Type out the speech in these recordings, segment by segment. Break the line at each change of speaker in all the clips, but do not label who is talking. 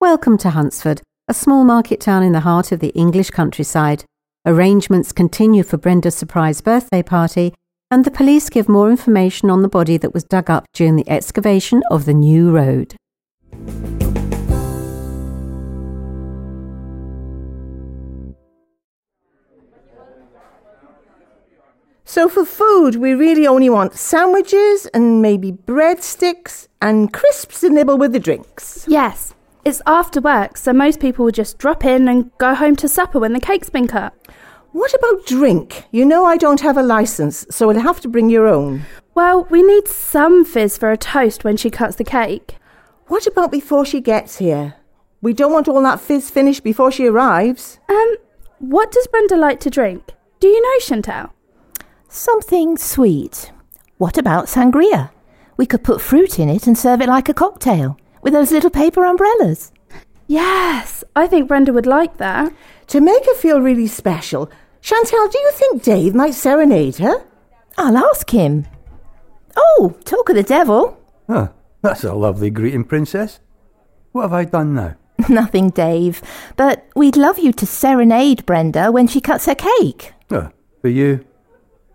Welcome to Huntsford, a small market town in the heart of the English countryside. Arrangements continue for Brenda's surprise birthday party, and the police give more information on the body that was dug up during the excavation of the new road.
So for food, we really only want sandwiches and maybe breadsticks and crisps to nibble with the drinks.
Yes, it's after work, so most people will just drop in and go home to supper when the cake's been cut.
What about drink? You know I don't have a license, so we'll have to bring your own.
Well, we need some fizz for a toast when she cuts the cake.
What about before she gets here? We don't want all that fizz finished before she arrives.
Um, what does Brenda like to drink? Do you know, Chantal?
Something sweet. What about sangria? We could put fruit in it and serve it like a cocktail with those little paper umbrellas.
Yes, I think Brenda would like that.
To make her feel really special, Chantal, do you think Dave might serenade her?
I'll ask him. Oh, talk of the devil.
Ah, that's a lovely greeting, Princess. What have I done now?
Nothing, Dave. But we'd love you to serenade Brenda when she cuts her cake.
Oh, for you,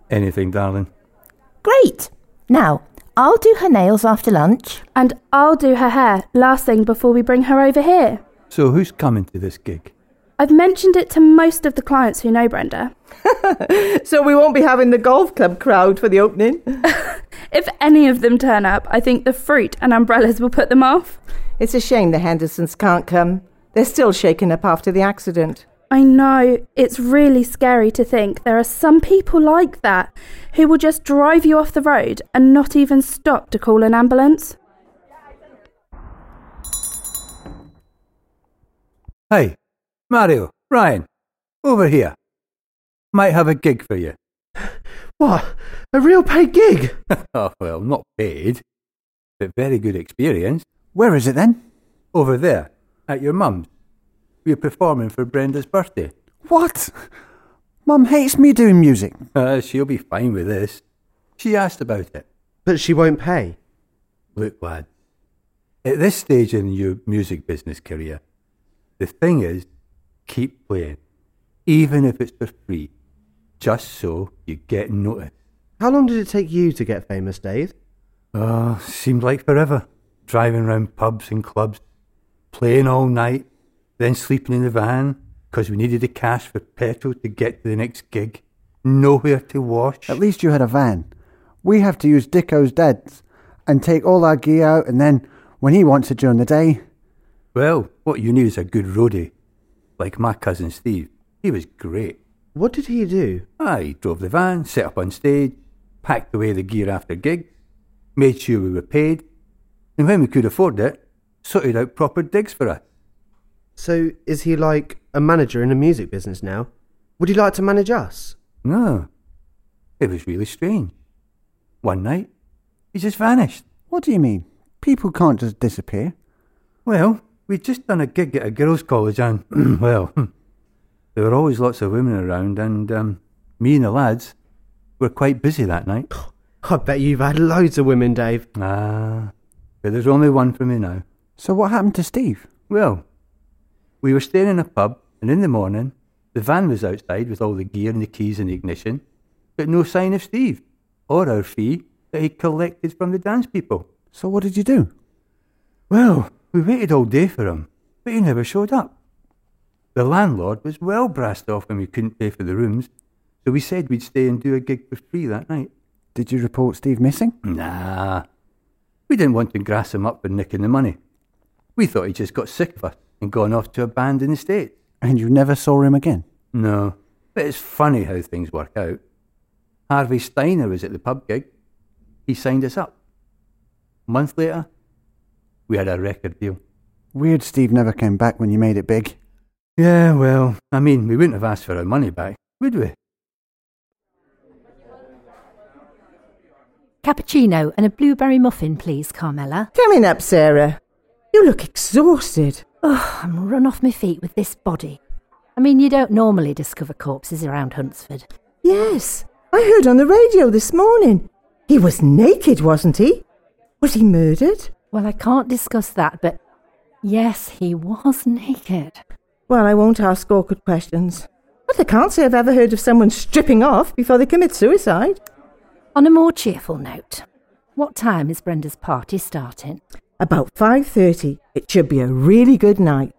anything, darling.
Great. Now, I'll do her nails after lunch.
And I'll do her hair last thing before we bring her over here.
So who's coming to this gig?
I've mentioned it to most of the clients who know Brenda.
So we won't be having the golf club crowd for the opening.
If any of them turn up, I think the fruit and umbrellas will put them off.
It's a shame the Hendersons can't come. They're still shaken up after the accident.
I know, it's really scary to think there are some people like that who will just drive you off the road and not even stop to call an ambulance.
Hey, Mario, Ryan, over here. Might have a gig for you.
What? A real paid gig?
oh, well, not paid, but very good experience.
Where is it then?
Over there, at your mum's. We're performing for Brenda's birthday.
What? Mum hates me doing music.
Uh, she'll be fine with this. She asked about it.
But she won't pay.
Look, lad, at this stage in your music business career, the thing is, keep playing, even if it's for free, just so you get noticed.
How long did it take you to get famous, Dave?
Oh, seemed like forever. Driving round pubs and clubs, playing all night, then sleeping in the van 'cause we needed the cash for petrol to get to the next gig. Nowhere to wash.
At least you had a van. We have to use Dicko's dad's and take all our gear out, and then when he wants it during the day,
Well, what you need is a good roadie. Like my cousin Steve. He was great.
What did he do?
Ah, he drove the van, set up on stage, packed away the gear after gigs, made sure we were paid, and when we could afford it, sorted out proper digs for us.
So, is he like a manager in the music business now? Would he like to manage us?
No, it was really strange. One night, he just vanished.
what do you mean? People can't just disappear.
Well, we'd just done a gig at a girls' college, and well, there were always lots of women around, and um, me and the lads were quite busy that night.
I bet you've had loads of women, Dave.
Ah, but there's only one for me now.
So what happened to Steve?
Well, we were staying in a pub, and in the morning, the van was outside with all the gear and the keys and the ignition, but no sign of Steve or our fee that he collected from the dance people.
So what did you do?
Well, we waited all day for him, but he never showed up. The landlord was well brassed off when we couldn't pay for the rooms, so we said we'd stay and do a gig for free that night.
Did you report Steve missing?
Nah, we didn't want to grass him up for nicking the money. We thought he just got sick of us and gone off to a band in the States.
And you never saw him again?
No, but it's funny how things work out. Harvey Steiner was at the pub gig. He signed us up. A month later, we had a record deal.
Weird Steve never came back when you made it big.
Yeah, well, I mean, we wouldn't have asked for our money back, would we?
Cappuccino and a blueberry muffin, please, Carmela.
Coming up, Sarah. You look exhausted.
Oh, I'm run off my feet with this body. I mean, you don't normally discover corpses around Huntsford.
Yes, I heard on the radio this morning. He was naked, wasn't he? Was he murdered?
Well, I can't discuss that, but
Yes, he was naked.
Well, I won't ask awkward questions. But I can't say I've ever heard of someone stripping off before they commit suicide.
On a more cheerful note, what time is Brenda's party starting?
About 5.30. It should be a really good night.